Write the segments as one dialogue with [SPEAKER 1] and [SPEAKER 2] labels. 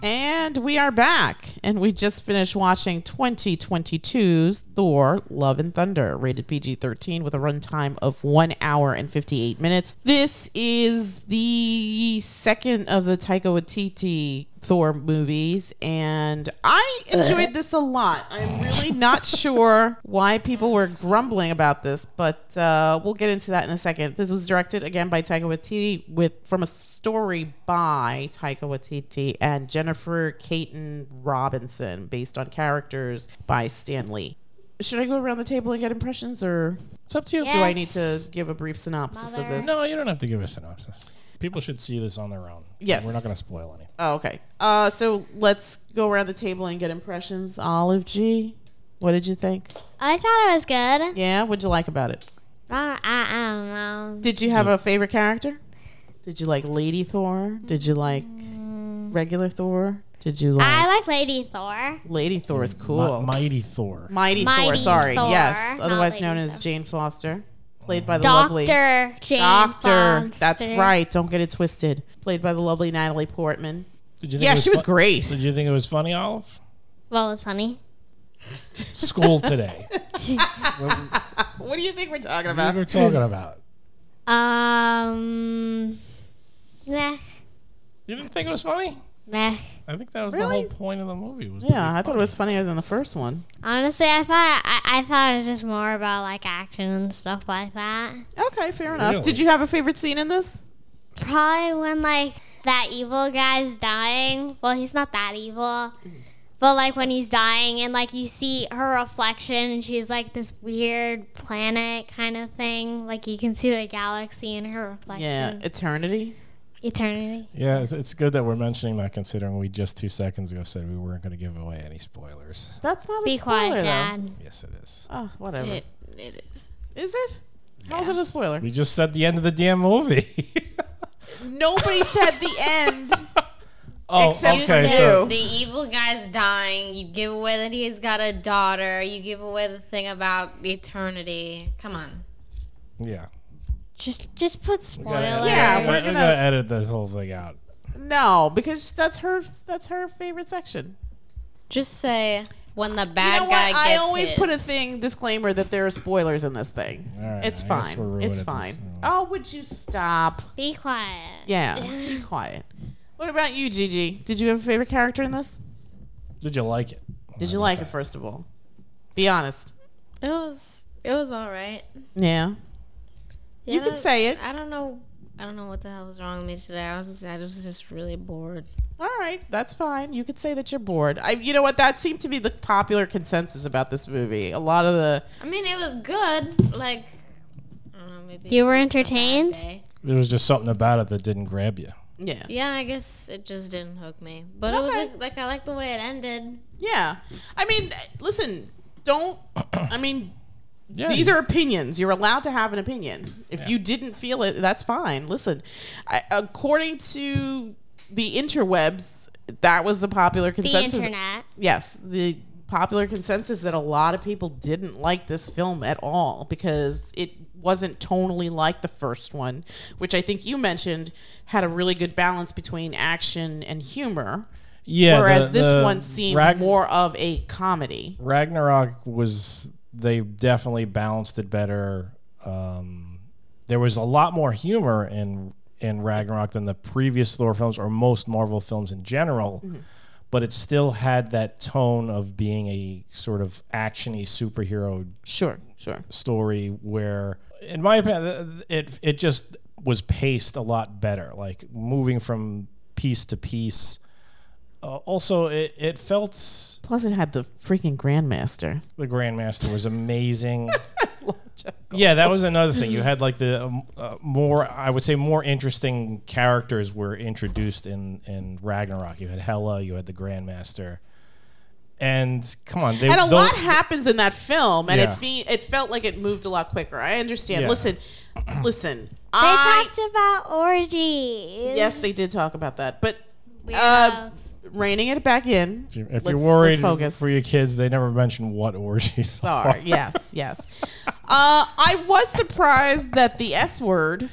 [SPEAKER 1] And we are back, and we just finished watching 2022's Thor: Love and Thunder, rated PG-13, with a runtime of one hour and 58 minutes. This is the second of the Taika Waititi Thor movies, and I enjoyed this a lot. I'm really not sure why people were grumbling about this, but uh, we'll get into that in a second. This was directed again by Taika Waititi, with from a story by Taika Waititi and Jennifer Caton Robinson, based on characters by Stan Lee. Should I go around the table and get impressions, or
[SPEAKER 2] It's up to you.
[SPEAKER 1] do I need to
[SPEAKER 3] Yes.
[SPEAKER 1] give a brief synopsis of
[SPEAKER 3] Mother.
[SPEAKER 1] this?
[SPEAKER 2] No, you don't have to give a synopsis. People should see this on their own.
[SPEAKER 1] Yes.
[SPEAKER 2] We're not going to spoil any.
[SPEAKER 1] Oh, okay. Uh, so let's go around the table and get impressions. Olive G, what did you think?
[SPEAKER 3] I thought it was good.
[SPEAKER 1] Yeah, what'd you like about it?
[SPEAKER 3] Uh, I, I don't know.
[SPEAKER 1] Did you have a favorite character? Did you like Lady Thor? Did you like regular Thor? Did you like
[SPEAKER 3] I like Lady Thor.
[SPEAKER 1] Lady Thor is cool.
[SPEAKER 2] Mi- Mighty Thor.
[SPEAKER 1] Mighty, Thor,
[SPEAKER 3] Mighty
[SPEAKER 1] sorry.
[SPEAKER 3] Thor,
[SPEAKER 1] yes,
[SPEAKER 3] not
[SPEAKER 1] otherwise
[SPEAKER 3] Lady
[SPEAKER 1] known as
[SPEAKER 3] Thor.
[SPEAKER 1] Jane Foster, played by the lovely
[SPEAKER 3] Doctor Jane
[SPEAKER 1] Doctor.
[SPEAKER 3] Foster.
[SPEAKER 1] That's right. Don't get it twisted. Played by the lovely Natalie Portman.
[SPEAKER 2] Did you
[SPEAKER 1] Yeah, she was
[SPEAKER 2] fu-
[SPEAKER 1] great.
[SPEAKER 2] Did you think it was funny, Olive?
[SPEAKER 3] Well, it's funny.
[SPEAKER 2] School today.
[SPEAKER 1] What do you think we're talking
[SPEAKER 2] what
[SPEAKER 1] about?
[SPEAKER 2] we're talking about.
[SPEAKER 3] Um, meh,
[SPEAKER 2] You didn't think it was funny?
[SPEAKER 3] meh.
[SPEAKER 2] I think that was
[SPEAKER 1] Really?
[SPEAKER 2] the whole point of the movie. Was to
[SPEAKER 1] Yeah,
[SPEAKER 2] be
[SPEAKER 1] I thought it
[SPEAKER 2] funny.
[SPEAKER 1] was funnier than the first one.
[SPEAKER 3] Honestly, I thought I, I thought it was just more about like action and stuff like that.
[SPEAKER 1] Okay, fair enough.
[SPEAKER 2] Really?
[SPEAKER 1] Did you have a favorite scene in this?
[SPEAKER 3] Probably when like that evil guy's dying. Well, he's not that evil. But like when he's dying and like you see her reflection and she's like this weird planet kind of thing. Like you can see the galaxy in her
[SPEAKER 1] Yeah,
[SPEAKER 3] reflection.
[SPEAKER 1] Eternity.
[SPEAKER 3] Eternity.
[SPEAKER 2] Yeah, it's, it's good that we're mentioning that, considering we just two seconds ago said we weren't going to give away any spoilers.
[SPEAKER 1] That's not a
[SPEAKER 3] Be
[SPEAKER 1] spoiler, though.
[SPEAKER 3] quiet, Dad.
[SPEAKER 2] Yes, it is.
[SPEAKER 1] Oh, whatever.
[SPEAKER 4] It, it is.
[SPEAKER 1] Is it? How's it a spoiler?
[SPEAKER 2] We just said the end of the damn movie.
[SPEAKER 1] Nobody said the end.
[SPEAKER 2] oh,
[SPEAKER 1] Except
[SPEAKER 2] okay.
[SPEAKER 1] you.
[SPEAKER 2] So
[SPEAKER 4] The evil guy's dying. You give away that he's got a daughter. You give away the thing about eternity. Come on.
[SPEAKER 2] yeah,
[SPEAKER 3] Just just put
[SPEAKER 2] We
[SPEAKER 3] spoiler.
[SPEAKER 2] gotta edit-
[SPEAKER 1] Yeah,
[SPEAKER 2] we
[SPEAKER 1] we're
[SPEAKER 2] gotta- we
[SPEAKER 1] gonna-
[SPEAKER 2] gotta edit this whole thing out.
[SPEAKER 1] No, because that's her. That's her favorite section.
[SPEAKER 4] Just say when the bad
[SPEAKER 1] You know
[SPEAKER 4] guy
[SPEAKER 1] what?
[SPEAKER 4] gets
[SPEAKER 1] I always put a
[SPEAKER 4] his.
[SPEAKER 1] thing disclaimer that there are spoilers in this thing.
[SPEAKER 2] All right,
[SPEAKER 1] it's
[SPEAKER 2] I guess we're
[SPEAKER 1] fine.
[SPEAKER 2] ruined
[SPEAKER 1] It's
[SPEAKER 2] at
[SPEAKER 1] fine.
[SPEAKER 2] this point.
[SPEAKER 1] Oh, would you stop?
[SPEAKER 3] Be quiet.
[SPEAKER 1] Yeah, be quiet. What about you, Gigi? Did you have a favorite character in this?
[SPEAKER 2] Did you like it?
[SPEAKER 1] Did you like it first of all? Be honest.
[SPEAKER 4] It was. It was all right.
[SPEAKER 1] Yeah. You
[SPEAKER 4] Yeah,
[SPEAKER 1] can say it.
[SPEAKER 4] I don't know. I don't know what the hell was wrong with me today. I was just, I was just really bored.
[SPEAKER 1] All right, that's fine. You could say that you're bored. I, you know what? That seemed to be the popular consensus about this movie. A lot of the
[SPEAKER 4] I mean, it was good. Like, I don't know. Maybe
[SPEAKER 3] You
[SPEAKER 4] it's
[SPEAKER 3] were
[SPEAKER 4] just a bad
[SPEAKER 3] entertained?
[SPEAKER 4] day.
[SPEAKER 2] There was just something about it that didn't grab you.
[SPEAKER 1] yeah,
[SPEAKER 4] Yeah, I guess it just didn't hook me. But it was
[SPEAKER 1] Okay.
[SPEAKER 4] like, like I like the way it ended.
[SPEAKER 1] yeah. I mean, listen, don't. I mean,
[SPEAKER 2] Yeah,
[SPEAKER 1] these are opinions. You're allowed to have an opinion. If you didn't feel it, that's fine. Listen, I, according to the interwebs, that was the popular
[SPEAKER 3] The
[SPEAKER 1] consensus.
[SPEAKER 3] internet.
[SPEAKER 1] yes, the popular consensus that a lot of people didn't like this film at all because it wasn't tonally like the first one, which I think you mentioned had a really good balance between action and humor,
[SPEAKER 2] yeah.
[SPEAKER 1] whereas
[SPEAKER 2] the-
[SPEAKER 1] this
[SPEAKER 2] the
[SPEAKER 1] one seemed
[SPEAKER 2] Ragn-
[SPEAKER 1] more of a comedy.
[SPEAKER 2] Ragnarok was they definitely balanced it better. Um, there was a lot more humor in in Ragnarok than the previous Thor films or most Marvel films in general,
[SPEAKER 1] Mm-hmm.
[SPEAKER 2] but it still had that tone of being a sort of actiony superhero
[SPEAKER 1] Sure, sure.
[SPEAKER 2] story where in my opinion it it just was paced a lot better like moving from piece to piece uh, also it, it felt
[SPEAKER 1] Plus, it had the freaking Grandmaster.
[SPEAKER 2] the grandmaster was amazing yeah that was another thing you had like the um, uh, more i would say more interesting characters were introduced in in ragnarok you had hela you had the grandmaster and come on they,
[SPEAKER 1] and a
[SPEAKER 2] those-
[SPEAKER 1] lot happens in that film, and
[SPEAKER 2] Yeah.
[SPEAKER 1] it fe- it felt like it moved a lot quicker. I understand.
[SPEAKER 2] Yeah.
[SPEAKER 1] Listen, listen.
[SPEAKER 3] They
[SPEAKER 1] I
[SPEAKER 3] talked about orgies.
[SPEAKER 1] yes, they did talk about that, but uh,
[SPEAKER 3] Weirdos.
[SPEAKER 1] reining it back in.
[SPEAKER 2] if you're, if
[SPEAKER 1] Let's-
[SPEAKER 2] you're worried
[SPEAKER 1] let's focus.
[SPEAKER 2] for your kids they never mention what orgies are.
[SPEAKER 1] Sorry. yes, yes. Uh, I was surprised that the S word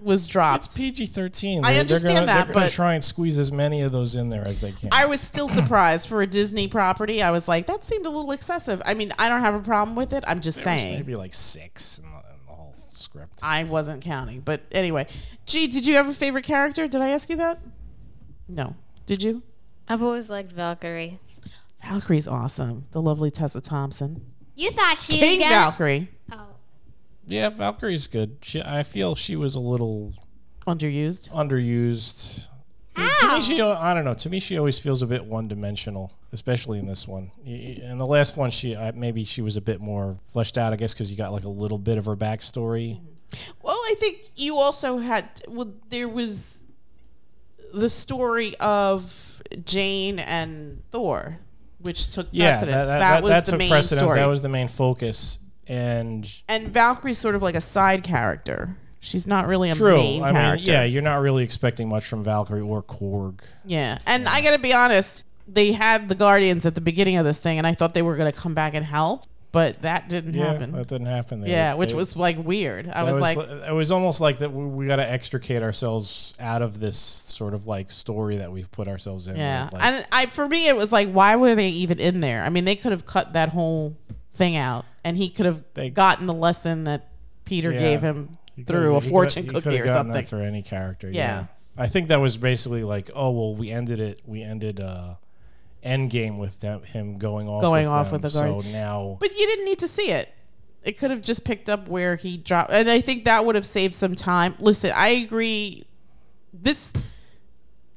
[SPEAKER 1] was
[SPEAKER 2] It's
[SPEAKER 1] dropped.
[SPEAKER 2] PG thirteen.
[SPEAKER 1] I
[SPEAKER 2] they're gonna,
[SPEAKER 1] understand that,
[SPEAKER 2] they're gonna
[SPEAKER 1] but-
[SPEAKER 2] try and squeeze as many of those in there as they can.
[SPEAKER 1] I was still surprised for a Disney property. I was like, that seemed a little excessive. I mean, I don't have a problem with it. I'm just
[SPEAKER 2] There's
[SPEAKER 1] saying.
[SPEAKER 2] maybe like six in the, in the whole script.
[SPEAKER 1] I wasn't counting. But anyway, gee, did you have a favorite character? Did I ask you that? No. Did you?
[SPEAKER 4] I've always liked Valkyrie.
[SPEAKER 1] Valkyrie's awesome. The lovely Tessa Thompson.
[SPEAKER 3] You thought she
[SPEAKER 1] King
[SPEAKER 3] was gonna.
[SPEAKER 1] Valkyrie.
[SPEAKER 3] Oh.
[SPEAKER 2] Yeah, Valkyrie's good. She, I feel she was a little
[SPEAKER 1] Underused.
[SPEAKER 2] underused.
[SPEAKER 1] Ah!
[SPEAKER 2] To me, she, I don't know. To me, she always feels a bit one-dimensional, especially in this one. Y- y- In the last one, she I, maybe she was a bit more fleshed out, I guess, because you got like a little bit of her backstory.
[SPEAKER 1] Mm-hmm. Well, I think you also had well there was the story of Jane and Thor, which took
[SPEAKER 2] Yeah, that,
[SPEAKER 1] precedence.
[SPEAKER 2] that-
[SPEAKER 1] That,
[SPEAKER 2] that-
[SPEAKER 1] was
[SPEAKER 2] that's
[SPEAKER 1] the
[SPEAKER 2] a
[SPEAKER 1] main
[SPEAKER 2] precedence.
[SPEAKER 1] story.
[SPEAKER 2] That was the main focus, and
[SPEAKER 1] and Valkyrie's sort of like a side character. She's not really a
[SPEAKER 2] true.
[SPEAKER 1] main
[SPEAKER 2] I mean,
[SPEAKER 1] character.
[SPEAKER 2] yeah, you're not really expecting much from Valkyrie or Korg.
[SPEAKER 1] Yeah. And I got to be honest, they had the Guardians at the beginning of this thing, and I thought they were going to come back and help, but that didn't
[SPEAKER 2] Yeah,
[SPEAKER 1] happen.
[SPEAKER 2] that didn't happen. They-
[SPEAKER 1] yeah, which
[SPEAKER 2] they-
[SPEAKER 1] was like weird. I
[SPEAKER 2] That
[SPEAKER 1] was, like,
[SPEAKER 2] it was uh, almost like that we, we got to extricate ourselves out of this sort of like story that we've put ourselves in.
[SPEAKER 1] yeah.
[SPEAKER 2] with, like-
[SPEAKER 1] and I, for me, it was like, why were they even in there? I mean, they could have cut that whole thing out, and he could have
[SPEAKER 2] They-
[SPEAKER 1] gotten the lesson that Peter
[SPEAKER 2] Yeah.
[SPEAKER 1] gave him
[SPEAKER 2] You
[SPEAKER 1] through
[SPEAKER 2] coulda-
[SPEAKER 1] a
[SPEAKER 2] you coulda-
[SPEAKER 1] fortune
[SPEAKER 2] you
[SPEAKER 1] cookie
[SPEAKER 2] coulda
[SPEAKER 1] or
[SPEAKER 2] gotten that
[SPEAKER 1] something.
[SPEAKER 2] for any character. Yeah.
[SPEAKER 1] Yeah.
[SPEAKER 2] I think that was basically like, oh well, we ended it. We ended uh, Endgame with them, him going off
[SPEAKER 1] Going
[SPEAKER 2] with
[SPEAKER 1] off
[SPEAKER 2] them,
[SPEAKER 1] with the
[SPEAKER 2] so
[SPEAKER 1] guard.
[SPEAKER 2] now.
[SPEAKER 1] But you didn't need to see it. It could have just picked up where he dropped. And I think that would have saved some time. Listen, I agree. This.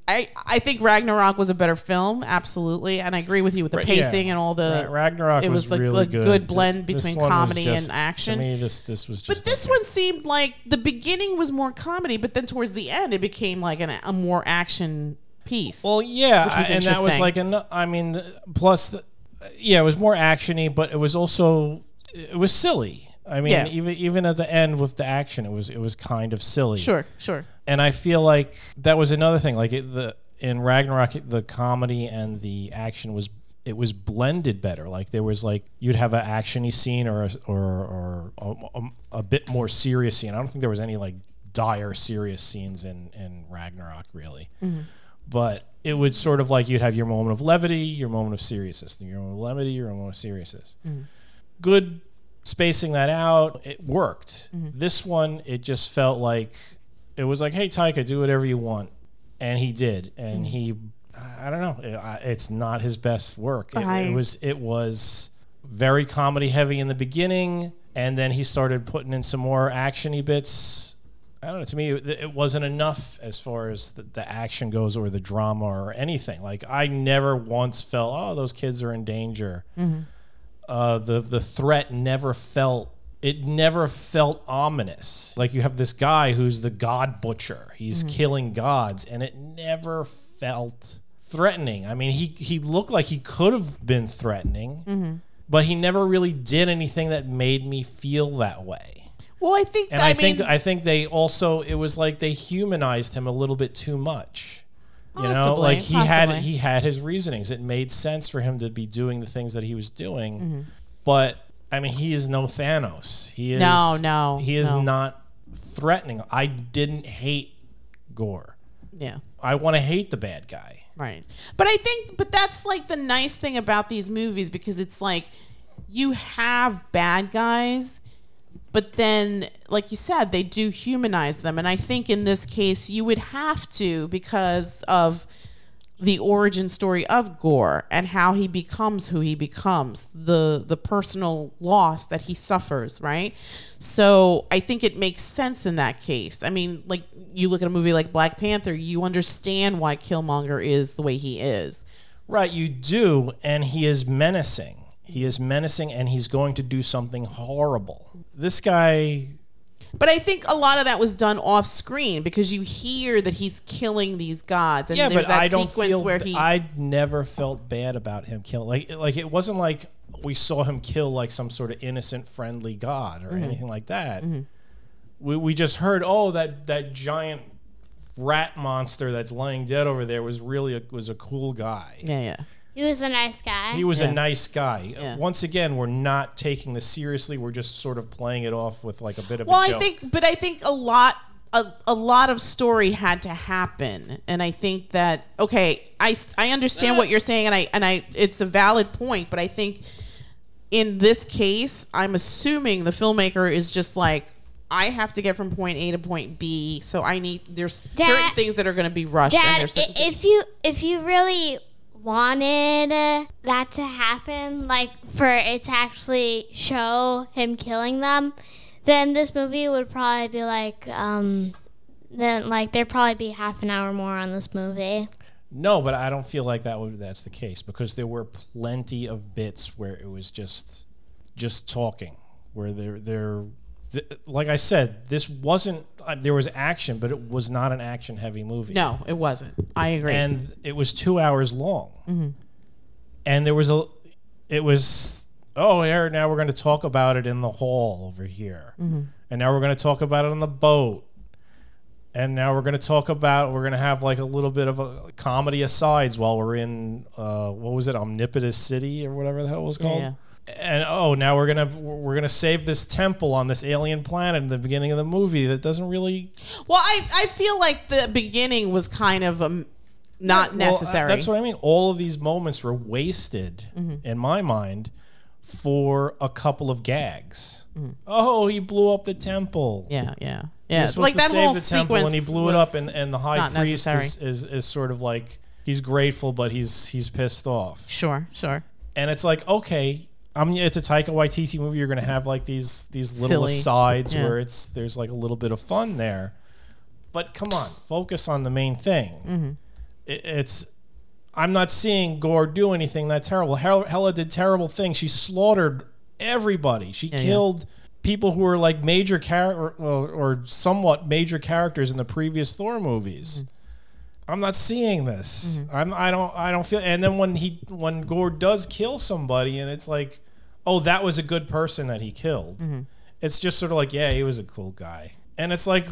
[SPEAKER 1] I, I think Ragnarok was a better film, absolutely, and I agree with you with the
[SPEAKER 2] Right, yeah.
[SPEAKER 1] paging and all the.
[SPEAKER 2] Ra- Ragnarok
[SPEAKER 1] it was the-
[SPEAKER 2] really
[SPEAKER 1] the
[SPEAKER 2] good.
[SPEAKER 1] good blend
[SPEAKER 2] This
[SPEAKER 1] between
[SPEAKER 2] one was
[SPEAKER 1] comedy and
[SPEAKER 2] just-
[SPEAKER 1] action.
[SPEAKER 2] To me, this this was just.
[SPEAKER 1] But this
[SPEAKER 2] okay.
[SPEAKER 1] one seemed like the beginning was more comedy, but then towards the end it became like an, a more action piece.
[SPEAKER 2] Well, yeah,
[SPEAKER 1] was
[SPEAKER 2] I- and that was
[SPEAKER 1] interesting.
[SPEAKER 2] like an. I mean, th- plus, th- yeah, it was more actiony, but it was also it was silly. I mean,
[SPEAKER 1] Yeah.
[SPEAKER 2] even even at the end with the action, it was it was kind of silly.
[SPEAKER 1] sure, sure.
[SPEAKER 2] and I feel like that was another thing. Like it, the in Ragnarok, it- the comedy and the action was it was blended better. Like there was like you'd have an actiony scene or a, or or a, a bit more serious scene. I don't think there was any like dire serious scenes in in Ragnarok really, but it would sort of like you'd have your moment of levity, your moment of seriousness, then your moment of levity, your moment of seriousness. Good spacing that out, it worked. This one, it just felt like it was like, hey, Taika, do whatever you want, and he did, and he, I don't know, it, I- it's not his best work. It,
[SPEAKER 1] I-
[SPEAKER 2] it was it was very comedy heavy in the beginning, and then he started putting in some more actiony bits. I don't know. To me, it, it wasn't enough as far as the, the action goes, or the drama, or anything. Like I never once felt, oh, those kids are in danger uh, the the threat never felt it never felt ominous. Like you have this guy who's the god butcher. He's killing gods, and it never felt threatening. I mean, he he looked like he could have been threatening, but he never really did anything that made me feel that way.
[SPEAKER 1] Well, I think
[SPEAKER 2] And
[SPEAKER 1] I,
[SPEAKER 2] I,
[SPEAKER 1] mean,
[SPEAKER 2] think I think they also it was like they humanized him a little bit too much. You know,
[SPEAKER 1] Possibly,
[SPEAKER 2] like he had
[SPEAKER 1] possibly.
[SPEAKER 2] he had his reasonings. It made sense for him to be doing the things that he was doing.
[SPEAKER 1] Mm-hmm.
[SPEAKER 2] But I mean, he is no Thanos. He is
[SPEAKER 1] No, no,
[SPEAKER 2] He is
[SPEAKER 1] no.
[SPEAKER 2] not threatening. I didn't hate Gore.
[SPEAKER 1] yeah.
[SPEAKER 2] I want to hate the bad guy.
[SPEAKER 1] Right. But I think but that's like the nice thing about these movies because it's like you have bad guys but then like you said they do humanize them and I think in this case you would have to because of the origin story of Gore and how he becomes who he becomes, the the personal loss that he suffers, right? So I think it makes sense in that case. I mean, like you look at a movie like Black Panther, you understand why Killmonger is the way he is.
[SPEAKER 2] Right, you do, and he is menacing. He is menacing, and he's going to do something horrible. This guy
[SPEAKER 1] But I think a lot of that was done off screen because you hear that he's killing these gods and
[SPEAKER 2] yeah,
[SPEAKER 1] there's
[SPEAKER 2] but
[SPEAKER 1] that
[SPEAKER 2] I don't
[SPEAKER 1] sequence
[SPEAKER 2] feel.
[SPEAKER 1] where he
[SPEAKER 2] I never felt bad about him killing. Like, like it wasn't like we saw him kill like some sort of innocent, friendly god
[SPEAKER 1] Mm-hmm.
[SPEAKER 2] or anything like that. We we just heard, oh, that that giant rat monster that's lying dead over there was really a, was a cool guy.
[SPEAKER 1] Yeah, yeah.
[SPEAKER 3] He was a nice guy.
[SPEAKER 2] He was
[SPEAKER 1] Yeah.
[SPEAKER 2] a nice guy. Uh,
[SPEAKER 1] Yeah.
[SPEAKER 2] Once again, we're not taking this seriously. We're just sort of playing it off with like a bit of
[SPEAKER 1] Well,
[SPEAKER 2] a
[SPEAKER 1] I
[SPEAKER 2] joke.
[SPEAKER 1] think, but I think a lot a, a lot of story had to happen and i think that okay i s- I understand
[SPEAKER 2] Uh.
[SPEAKER 1] what you're saying and i and i it's a valid point but i think in this case i'm assuming the filmmaker is just like I have to get from point A to point B, so I need there's certain
[SPEAKER 3] Dad-
[SPEAKER 1] things that are going to be rushed. and
[SPEAKER 3] Dad,
[SPEAKER 1] there's
[SPEAKER 3] i-
[SPEAKER 1] certain
[SPEAKER 3] if you if you really wanted uh, that to happen, like for it to actually show him killing them, then this movie would probably be like um then like there'd probably be half an hour more on this movie.
[SPEAKER 2] No, but I don't feel like that would that's the case because there were plenty of bits where it was just just talking, where there there th- like I said, this wasn't uh, there was action, but it was not an action heavy movie.
[SPEAKER 1] No, it wasn't. I agree. Mm-hmm.
[SPEAKER 2] and it was two hours long, and there was a it was oh here now we're going to talk about it in the hall over here,
[SPEAKER 1] Mm-hmm.
[SPEAKER 2] and now we're going to talk about it on the boat. And now we're going to talk about we're going to have like a little bit of a comedy asides while we're in uh, what was it Omnipotent City or whatever the hell it was called.
[SPEAKER 1] Yeah.
[SPEAKER 2] And oh, now we're gonna we're gonna save this temple on this alien planet in the beginning of the movie that doesn't really
[SPEAKER 1] well, I, I feel like the beginning was kind of um, not
[SPEAKER 2] Well, uh,
[SPEAKER 1] necessary. Mm-hmm.
[SPEAKER 2] that's what I mean. All of these moments were wasted in my mind for a couple of gags. Oh, he blew up the temple.
[SPEAKER 1] Mm-hmm. yeah, yeah,
[SPEAKER 2] He
[SPEAKER 1] yeah.
[SPEAKER 2] was supposed to save the temple and he blew it
[SPEAKER 1] was-
[SPEAKER 2] up and, and the high
[SPEAKER 1] not
[SPEAKER 2] priest is,
[SPEAKER 1] necessary.
[SPEAKER 2] is, is sort of like he's grateful but he's he's pissed off.
[SPEAKER 1] sure, sure.
[SPEAKER 2] And it's like, okay, I mean it's a Taika Waititi movie, you're gonna have like these these little
[SPEAKER 1] Silly.
[SPEAKER 2] asides
[SPEAKER 1] Yeah.
[SPEAKER 2] where it's there's like a little bit of fun there. But come on, focus on the main thing. It- it's I'm not seeing Gore do anything that terrible. Hel- Hella did terrible things. She slaughtered everybody. She killed people who were like major character well, or somewhat major characters in the previous Thor movies. I'm not seeing this. I'm- I don't I don't feel and then when he when Gore does kill somebody and it's like, "Oh, that was a good person that he killed." It's just sort of like, "Yeah, he was a cool guy." And it's like,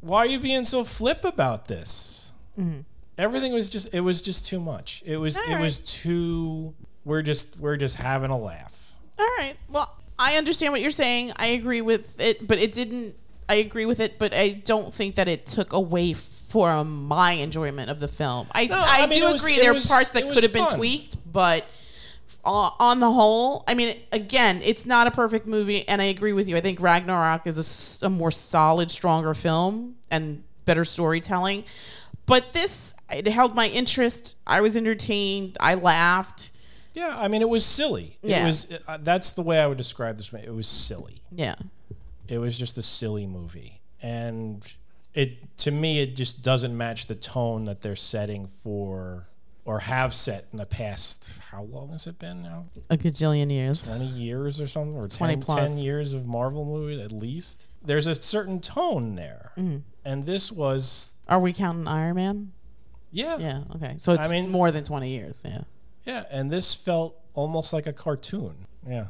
[SPEAKER 2] "Why are you being so flip about this?"
[SPEAKER 1] Mm-hmm.
[SPEAKER 2] Everything was just it was just too much. It was it
[SPEAKER 1] Alright.
[SPEAKER 2] was too we're just we're just having a laugh.
[SPEAKER 1] All right. Well, I understand what you're saying. I agree with it, but it didn't. I agree with it, but I don't think that it took away from my enjoyment of the film. I, I,
[SPEAKER 2] I mean,
[SPEAKER 1] do
[SPEAKER 2] it was-
[SPEAKER 1] agree
[SPEAKER 2] it
[SPEAKER 1] there
[SPEAKER 2] was-
[SPEAKER 1] are parts
[SPEAKER 2] it
[SPEAKER 1] that
[SPEAKER 2] was
[SPEAKER 1] could have been
[SPEAKER 2] fun.
[SPEAKER 1] tweaked, but uh, on the whole, I mean, again, it's not a perfect movie, and I agree with you. I think Ragnarok is a s- a, more solid, stronger film and better storytelling. But this, it held my interest. I was entertained. I laughed.
[SPEAKER 2] Yeah, I mean it was silly. It
[SPEAKER 1] Yeah.
[SPEAKER 2] was uh, that's the way I would describe this. It was silly.
[SPEAKER 1] Yeah.
[SPEAKER 2] It was just a silly movie, and it to me it just doesn't match the tone that they're setting for or have set in the past. How long has it been now?
[SPEAKER 1] A gajillion years.
[SPEAKER 2] Twenty years or something, or 10,
[SPEAKER 1] 20 plus.
[SPEAKER 2] 10 years of Marvel movies at least. There's a certain tone there, and this was
[SPEAKER 1] Are we counting Iron Man?
[SPEAKER 2] yeah, yeah
[SPEAKER 1] Yeah. Okay. So it's
[SPEAKER 2] I mean-
[SPEAKER 1] more than twenty years. Yeah.
[SPEAKER 2] and this felt almost like a cartoon. Yeah.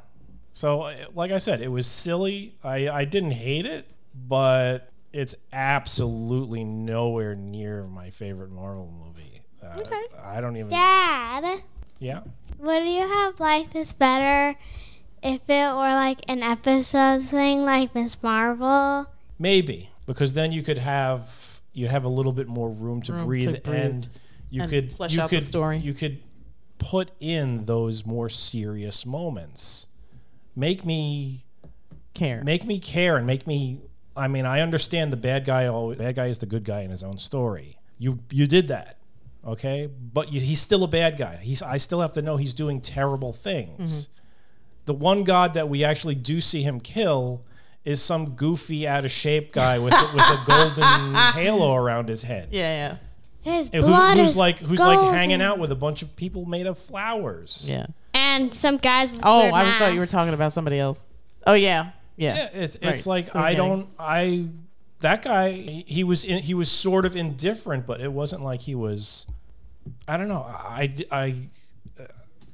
[SPEAKER 2] So I- like I said, it was silly. I I didn't hate it, but it's absolutely nowhere near my favorite Marvel movie. Uh,
[SPEAKER 3] Okay.
[SPEAKER 2] I don't even. Yeah.
[SPEAKER 3] Dad, would you have liked this better if it were like an episode thing, like Miss Marvel?
[SPEAKER 2] Maybe because then you could have you have a little bit more room to, breathe,
[SPEAKER 1] breathe.
[SPEAKER 2] and you
[SPEAKER 1] And
[SPEAKER 2] could
[SPEAKER 1] flesh
[SPEAKER 2] you
[SPEAKER 1] out the
[SPEAKER 2] could
[SPEAKER 1] story.
[SPEAKER 2] you could put in those more serious moments. Make me
[SPEAKER 1] Care.
[SPEAKER 2] make me care and make me i mean i understand the bad guy always bad guy is the good guy in his own story you you did that okay but you, he's still a bad guy he's i still have to know he's doing terrible
[SPEAKER 1] Mm-hmm.
[SPEAKER 2] things the one god that we actually do see him kill is some goofy out of shape guy with with a golden halo around his head
[SPEAKER 1] yeah.
[SPEAKER 3] His
[SPEAKER 2] Who-
[SPEAKER 3] blood
[SPEAKER 2] who's
[SPEAKER 3] is
[SPEAKER 2] like who's
[SPEAKER 3] golden.
[SPEAKER 2] like hanging out with a bunch of people made of flowers
[SPEAKER 1] Yeah. Yeah.
[SPEAKER 3] and some guys. With
[SPEAKER 1] Oh,
[SPEAKER 3] weird
[SPEAKER 1] I thought you were
[SPEAKER 3] masks.
[SPEAKER 1] talking about somebody else. Oh yeah. Yeah.
[SPEAKER 2] Yeah, it's
[SPEAKER 1] Right.
[SPEAKER 2] it's like
[SPEAKER 1] We're
[SPEAKER 2] I
[SPEAKER 1] getting-
[SPEAKER 2] don't I that guy he- he was in, he was sort of indifferent, but it wasn't like he was. I don't know. I I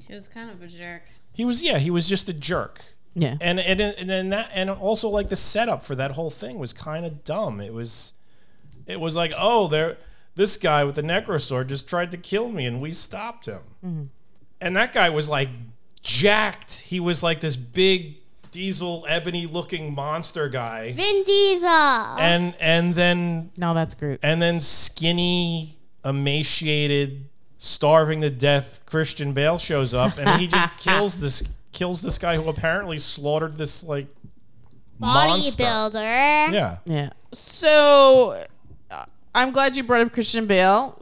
[SPEAKER 4] She was kind of a jerk.
[SPEAKER 2] he was yeah he was just a jerk.
[SPEAKER 1] Yeah.
[SPEAKER 2] And and and then that and also like the setup for that whole thing was kind of dumb. It was it was like oh there this guy with the necrosword just tried to kill me and we stopped him. And that guy was like jacked. He was like this big diesel ebony looking monster guy,
[SPEAKER 3] Vin Diesel.
[SPEAKER 1] Uh-huh.
[SPEAKER 2] and and then
[SPEAKER 1] No, that's Groot.
[SPEAKER 2] and then skinny, emaciated, starving to death Christian Bale shows up and he just kills this kills this guy who apparently slaughtered this like monster.
[SPEAKER 3] Bodybuilder.
[SPEAKER 2] Yeah.
[SPEAKER 1] Yeah. So uh, I'm glad you brought up Christian Bale.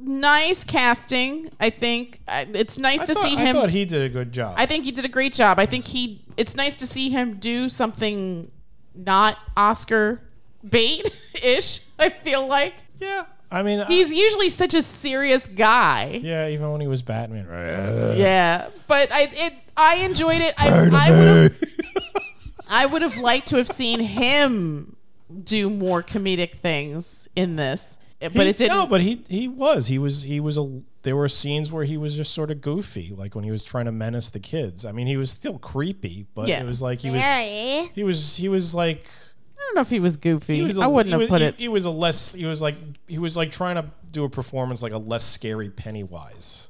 [SPEAKER 1] Nice casting, I think. I- It's nice
[SPEAKER 2] I
[SPEAKER 1] to
[SPEAKER 2] thought,
[SPEAKER 1] see
[SPEAKER 2] I
[SPEAKER 1] him.
[SPEAKER 2] thought he did a good job.
[SPEAKER 1] I think he did a great job. I think he. It's nice to see him do something not Oscar bait ish. I feel like
[SPEAKER 2] yeah. I mean, I-
[SPEAKER 1] he's usually such a serious guy. Yeah,
[SPEAKER 2] yeah, even when he was Batman.
[SPEAKER 1] but I it I enjoyed it. I I would have I would have liked to have seen him do more comedic things in this, but
[SPEAKER 2] He-
[SPEAKER 1] it didn't.
[SPEAKER 2] No, but he he was he was he was a. There were scenes where he was just sort of goofy, like when he was trying to menace the kids. I mean, he was still creepy, but
[SPEAKER 1] Yeah.
[SPEAKER 2] it was like he was
[SPEAKER 3] Very.
[SPEAKER 2] he was he was like
[SPEAKER 1] I don't know if he was goofy.
[SPEAKER 2] he was. a-
[SPEAKER 1] I wouldn't
[SPEAKER 2] he
[SPEAKER 1] have
[SPEAKER 2] was-
[SPEAKER 1] put
[SPEAKER 2] he-
[SPEAKER 1] it.
[SPEAKER 2] He was a less. He was like he was like trying to do a performance like a less scary Pennywise.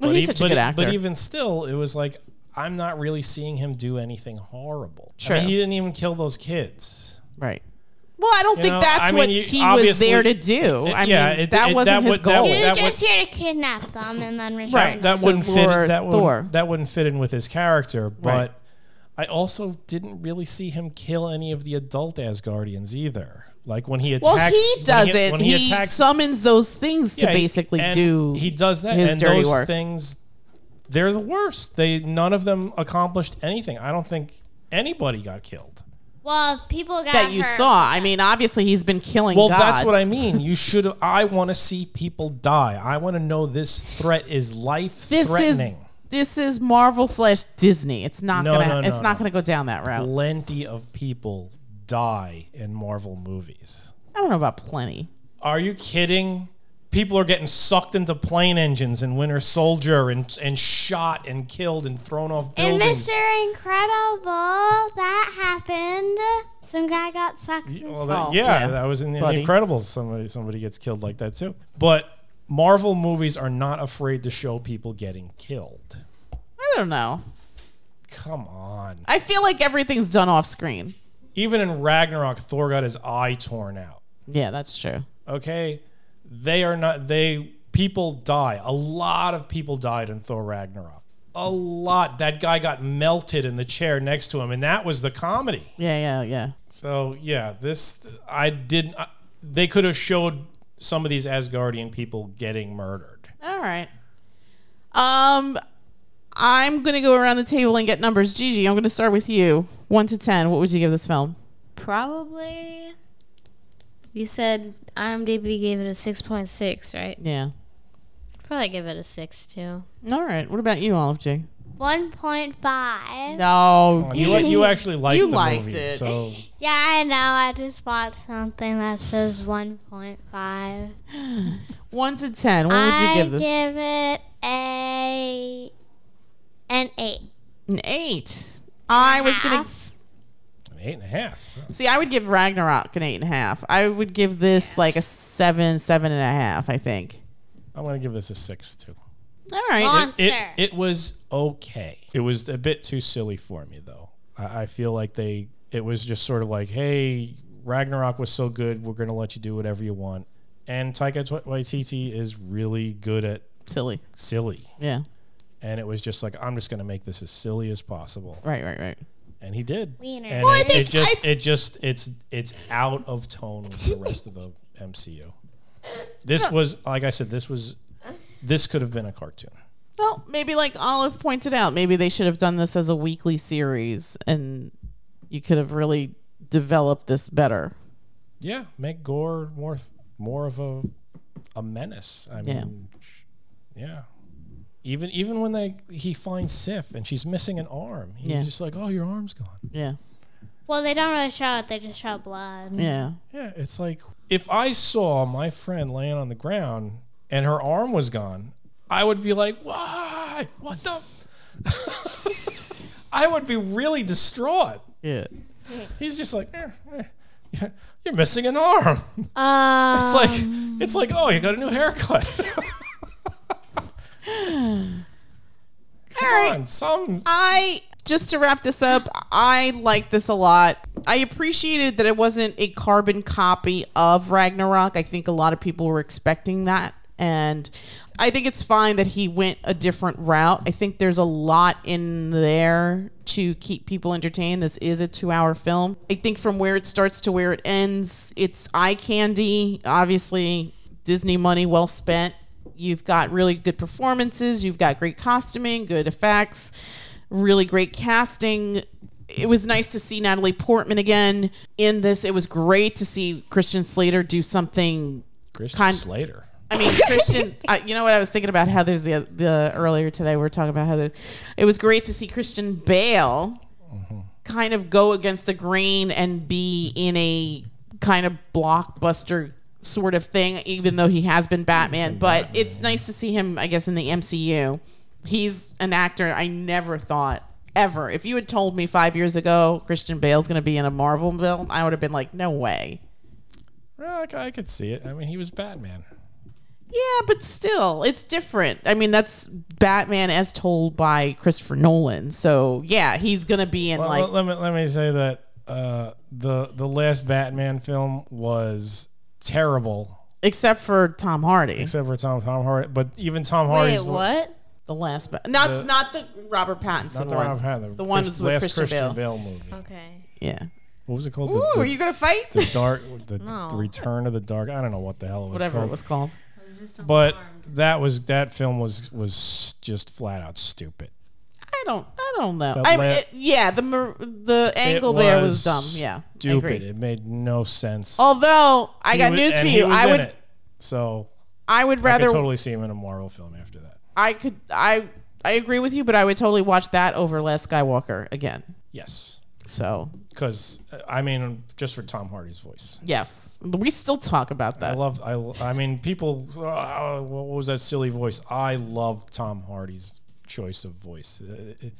[SPEAKER 1] But, he's such a
[SPEAKER 2] but, e,
[SPEAKER 1] good actor.
[SPEAKER 2] But even still, it was like I'm not really seeing him do anything horrible. I mean,
[SPEAKER 1] True.
[SPEAKER 2] he didn't even kill those kids.
[SPEAKER 1] Right. Well, I don't
[SPEAKER 2] You
[SPEAKER 1] think
[SPEAKER 2] know,
[SPEAKER 1] that's
[SPEAKER 2] I mean,
[SPEAKER 1] what
[SPEAKER 2] you-
[SPEAKER 1] he was
[SPEAKER 2] obviously-
[SPEAKER 1] there to do.
[SPEAKER 2] it-
[SPEAKER 1] I
[SPEAKER 2] yeah,
[SPEAKER 1] mean,
[SPEAKER 2] it-
[SPEAKER 1] that
[SPEAKER 2] it-
[SPEAKER 1] wasn't
[SPEAKER 2] that
[SPEAKER 1] his
[SPEAKER 2] would- that
[SPEAKER 1] goal.
[SPEAKER 2] would-
[SPEAKER 3] You're
[SPEAKER 2] that
[SPEAKER 3] just here to kidnap them and then return
[SPEAKER 2] right
[SPEAKER 3] them.
[SPEAKER 2] that wouldn't fit
[SPEAKER 1] lure
[SPEAKER 2] in, that
[SPEAKER 1] Thor.
[SPEAKER 2] would that wouldn't fit in with his character but
[SPEAKER 1] Right.
[SPEAKER 2] i also didn't really see him kill any of the adult asgardians either like when he attacks
[SPEAKER 1] well, he
[SPEAKER 2] when
[SPEAKER 1] does
[SPEAKER 2] he-
[SPEAKER 1] it.
[SPEAKER 2] when
[SPEAKER 1] he
[SPEAKER 2] he, attacks
[SPEAKER 1] summons those things to
[SPEAKER 2] Yeah, he-
[SPEAKER 1] basically
[SPEAKER 2] and
[SPEAKER 1] do.
[SPEAKER 2] he does that
[SPEAKER 1] his
[SPEAKER 2] and
[SPEAKER 1] dirty
[SPEAKER 2] those
[SPEAKER 1] work.
[SPEAKER 2] things they're the worst they none of them accomplished anything i don't think anybody got killed
[SPEAKER 3] Well, people got
[SPEAKER 1] that you
[SPEAKER 3] hurt.
[SPEAKER 1] saw. I mean, obviously he's been killing.
[SPEAKER 2] well
[SPEAKER 1] gods.
[SPEAKER 2] that's what i mean you should i want to see people die i want to know this threat is life
[SPEAKER 1] This
[SPEAKER 2] threatening
[SPEAKER 1] is this is Marvel slash Disney. It's not
[SPEAKER 2] No,
[SPEAKER 1] gonna.
[SPEAKER 2] no,
[SPEAKER 1] it's
[SPEAKER 2] no,
[SPEAKER 1] not
[SPEAKER 2] no.
[SPEAKER 1] gonna go down that route.
[SPEAKER 2] plenty of people die in Marvel movies.
[SPEAKER 1] I don't know about plenty.
[SPEAKER 2] Are you kidding? People are getting sucked into plane engines in Winter Soldier and and shot and killed and thrown off
[SPEAKER 3] And
[SPEAKER 2] buildings.
[SPEAKER 3] Mr. Incredible, that happened. Some guy got sucked. and
[SPEAKER 2] Well,
[SPEAKER 3] stuff.
[SPEAKER 2] that-
[SPEAKER 1] Oh,
[SPEAKER 2] yeah,
[SPEAKER 1] yeah.
[SPEAKER 2] that was in the
[SPEAKER 1] Buddy.
[SPEAKER 2] Incredibles. Somebody somebody gets killed like that too. But Marvel movies are not afraid to show people getting killed.
[SPEAKER 1] I don't know.
[SPEAKER 2] Come on.
[SPEAKER 1] I feel like everything's done off screen.
[SPEAKER 2] Even in Ragnarok, Thor got his eye torn out.
[SPEAKER 1] Yeah, that's true.
[SPEAKER 2] okay they are not they people die a lot of people died in thor ragnarok a lot that guy got melted in the chair next to him and that was the comedy
[SPEAKER 1] Yeah, yeah, yeah.
[SPEAKER 2] so yeah this i didn't I, they could have showed some of these asgardian people getting murdered
[SPEAKER 1] All right. Um, I'm gonna go around the table and get numbers. Gigi, I'm gonna start with you. One to ten. What would you give this film?
[SPEAKER 4] Probably. You said IMDb gave it a 6.6, right?
[SPEAKER 1] Yeah.
[SPEAKER 4] Probably give it a 6 too.
[SPEAKER 1] All right. What about you, Olive G?
[SPEAKER 3] 1.5.
[SPEAKER 1] No.
[SPEAKER 3] Oh,
[SPEAKER 2] you, you actually liked
[SPEAKER 1] You
[SPEAKER 2] the
[SPEAKER 1] liked
[SPEAKER 2] movie
[SPEAKER 1] it.
[SPEAKER 2] so
[SPEAKER 3] Yeah, I know. I just bought something that says 1.5. What
[SPEAKER 1] One to ten. What would you
[SPEAKER 3] I
[SPEAKER 1] give this?
[SPEAKER 3] give it a an eight.
[SPEAKER 1] An eight. I was gonna
[SPEAKER 3] Half.
[SPEAKER 2] an eight and a half
[SPEAKER 1] see. I would give Ragnarok an eight and a half. I would give this like a seven, seven and a half. I think.
[SPEAKER 2] i'm gonna give this a six too
[SPEAKER 1] All right.
[SPEAKER 3] monster.
[SPEAKER 2] it, it was okay. It was a bit too silly for me, though. I, I feel like they, it was just sort of like, hey, Ragnarok was so good, we're going to let you do whatever you want. And Taika Wa- Waititi is really good at
[SPEAKER 1] Silly.
[SPEAKER 2] silly.
[SPEAKER 1] Yeah.
[SPEAKER 2] And it was just like, I'm just going to make this as silly as possible.
[SPEAKER 1] Right. Right. Right.
[SPEAKER 2] And he did.
[SPEAKER 3] Wiener.
[SPEAKER 2] And
[SPEAKER 3] Well, I
[SPEAKER 2] it,
[SPEAKER 3] think
[SPEAKER 2] it just, it just, it's, it's out of tone with the rest of the MCU. This was, like I said, this was, this could have been a cartoon.
[SPEAKER 1] Well, maybe like Olive pointed out, maybe they should have done this as a weekly series, and you could have really developed this better.
[SPEAKER 2] Yeah, make Gore more th- more of a a menace. I
[SPEAKER 1] Yeah.
[SPEAKER 2] mean, sh- yeah. Even even when they he finds Sif and she's missing an arm, he's
[SPEAKER 1] Yeah.
[SPEAKER 2] just like, "Oh, your arm's gone."
[SPEAKER 1] Yeah.
[SPEAKER 3] well, they don't really show it. They just show blood.
[SPEAKER 1] Yeah.
[SPEAKER 2] Yeah, it's like if I saw my friend laying on the ground and her arm was gone, I would be like, "Why? What the?" f-" I would be really distraught.
[SPEAKER 1] Yeah.
[SPEAKER 2] He's just like, "Eh, eh, "You're missing an arm."
[SPEAKER 3] Uh,
[SPEAKER 2] It's like
[SPEAKER 1] Um.
[SPEAKER 2] it's like, "Oh, you got a new haircut."
[SPEAKER 1] All right. Uh,
[SPEAKER 2] on, some
[SPEAKER 1] I just to wrap this up, I liked this a lot. I appreciated that it wasn't a carbon copy of Ragnarok. I think a lot of people were expecting that. And I think it's fine that he went a different route. I think there's a lot in there to keep people entertained. This is a two hour film. I think from where it starts to where it ends, it's eye candy. Obviously, Disney money well spent. You've got really good performances, you've got great costuming, good effects really great casting. It was nice to see Natalie Portman again in this. It was great to see Christian Slater do something.
[SPEAKER 2] Christian
[SPEAKER 1] Con-
[SPEAKER 2] Slater.
[SPEAKER 1] I mean, Christian. uh, you know what I was thinking about Heather's the the earlier today. We were talking about Heather. It was great to see Christian Bale Mm-hmm. kind of go against the grain and be in a kind of blockbuster sort of thing, even though he has been Batman. but it's nice to see him, I guess, in the MCU. He's an actor I never thought ever. If you had told me five years ago Christian Bale's going to be in a Marvel film, I would have been like, no way.
[SPEAKER 2] Well, I c- I could see it. I mean, he was Batman.
[SPEAKER 1] Yeah, but still, it's different. I mean, that's Batman as told by Christopher Nolan. So yeah, he's gonna be in
[SPEAKER 2] Well,
[SPEAKER 1] like
[SPEAKER 2] let, me let me say that uh, the the last Batman film was terrible,
[SPEAKER 1] except for Tom Hardy,
[SPEAKER 2] except for Tom Tom Hardy. But even Tom Hardy's
[SPEAKER 4] Wait, what?
[SPEAKER 1] the last, but not
[SPEAKER 2] The-
[SPEAKER 1] not the Robert Pattinson
[SPEAKER 2] Not the
[SPEAKER 1] one.
[SPEAKER 2] Rob Hather,
[SPEAKER 1] The one was with
[SPEAKER 2] last
[SPEAKER 1] Christian
[SPEAKER 2] Bale. movie.
[SPEAKER 4] Okay.
[SPEAKER 1] Yeah.
[SPEAKER 2] What was it called?
[SPEAKER 1] Ooh,
[SPEAKER 2] the, the,
[SPEAKER 1] are you gonna fight?
[SPEAKER 2] the dark, the,
[SPEAKER 4] No.
[SPEAKER 2] the Return of the Dark. I don't know what the hell it was
[SPEAKER 1] Whatever
[SPEAKER 2] called.
[SPEAKER 1] it was called.
[SPEAKER 2] but that was that film was was just flat out stupid.
[SPEAKER 1] I don't. I don't know.
[SPEAKER 2] The
[SPEAKER 1] I
[SPEAKER 2] la-
[SPEAKER 1] mean, it- yeah, the mer- the
[SPEAKER 2] It
[SPEAKER 1] angle there was dumb. Yeah, I
[SPEAKER 2] stupid.
[SPEAKER 1] agree.
[SPEAKER 2] It made no sense.
[SPEAKER 1] Although I
[SPEAKER 2] He
[SPEAKER 1] got
[SPEAKER 2] wa-
[SPEAKER 1] news for
[SPEAKER 2] and he
[SPEAKER 1] you,
[SPEAKER 2] was
[SPEAKER 1] I
[SPEAKER 2] in
[SPEAKER 1] would.
[SPEAKER 2] it. So
[SPEAKER 1] I would
[SPEAKER 2] I
[SPEAKER 1] rather.
[SPEAKER 2] could totally see him in a Marvel film after that.
[SPEAKER 1] I could. I. I agree with you, but I would totally watch that over Last Skywalker again.
[SPEAKER 2] Yes,
[SPEAKER 1] So
[SPEAKER 2] because I mean, just for Tom Hardy's voice.
[SPEAKER 1] Yes, we still talk about
[SPEAKER 2] I
[SPEAKER 1] that.
[SPEAKER 2] love. I. I mean, people. Uh, what was that silly voice? I love Tom Hardy's choice of voice. Uh, it-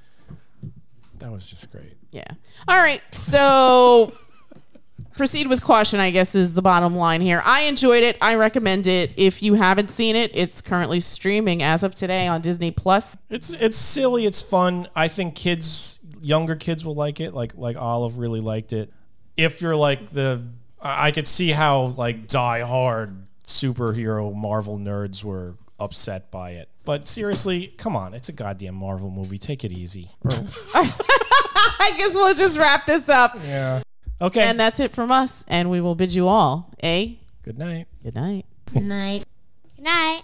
[SPEAKER 2] that was just great.
[SPEAKER 1] Yeah. All right. So proceed with caution, I guess, is the bottom line here. I enjoyed it. I recommend it. If you haven't seen it, it's currently streaming as of today on Disney Plus.
[SPEAKER 2] It's it's silly. It's fun. I think kids, younger kids, will like it. Like like Olive really liked it. If you're like the, I I could see how like die hard superhero Marvel nerds were upset by it. But seriously, come on, it's a goddamn Marvel movie. Take it easy.
[SPEAKER 1] I guess we'll just wrap this up.
[SPEAKER 2] yeah. Okay.
[SPEAKER 1] And that's it from us. And we will bid you all a
[SPEAKER 2] Good night.
[SPEAKER 1] good night.
[SPEAKER 4] Night.
[SPEAKER 3] Good night.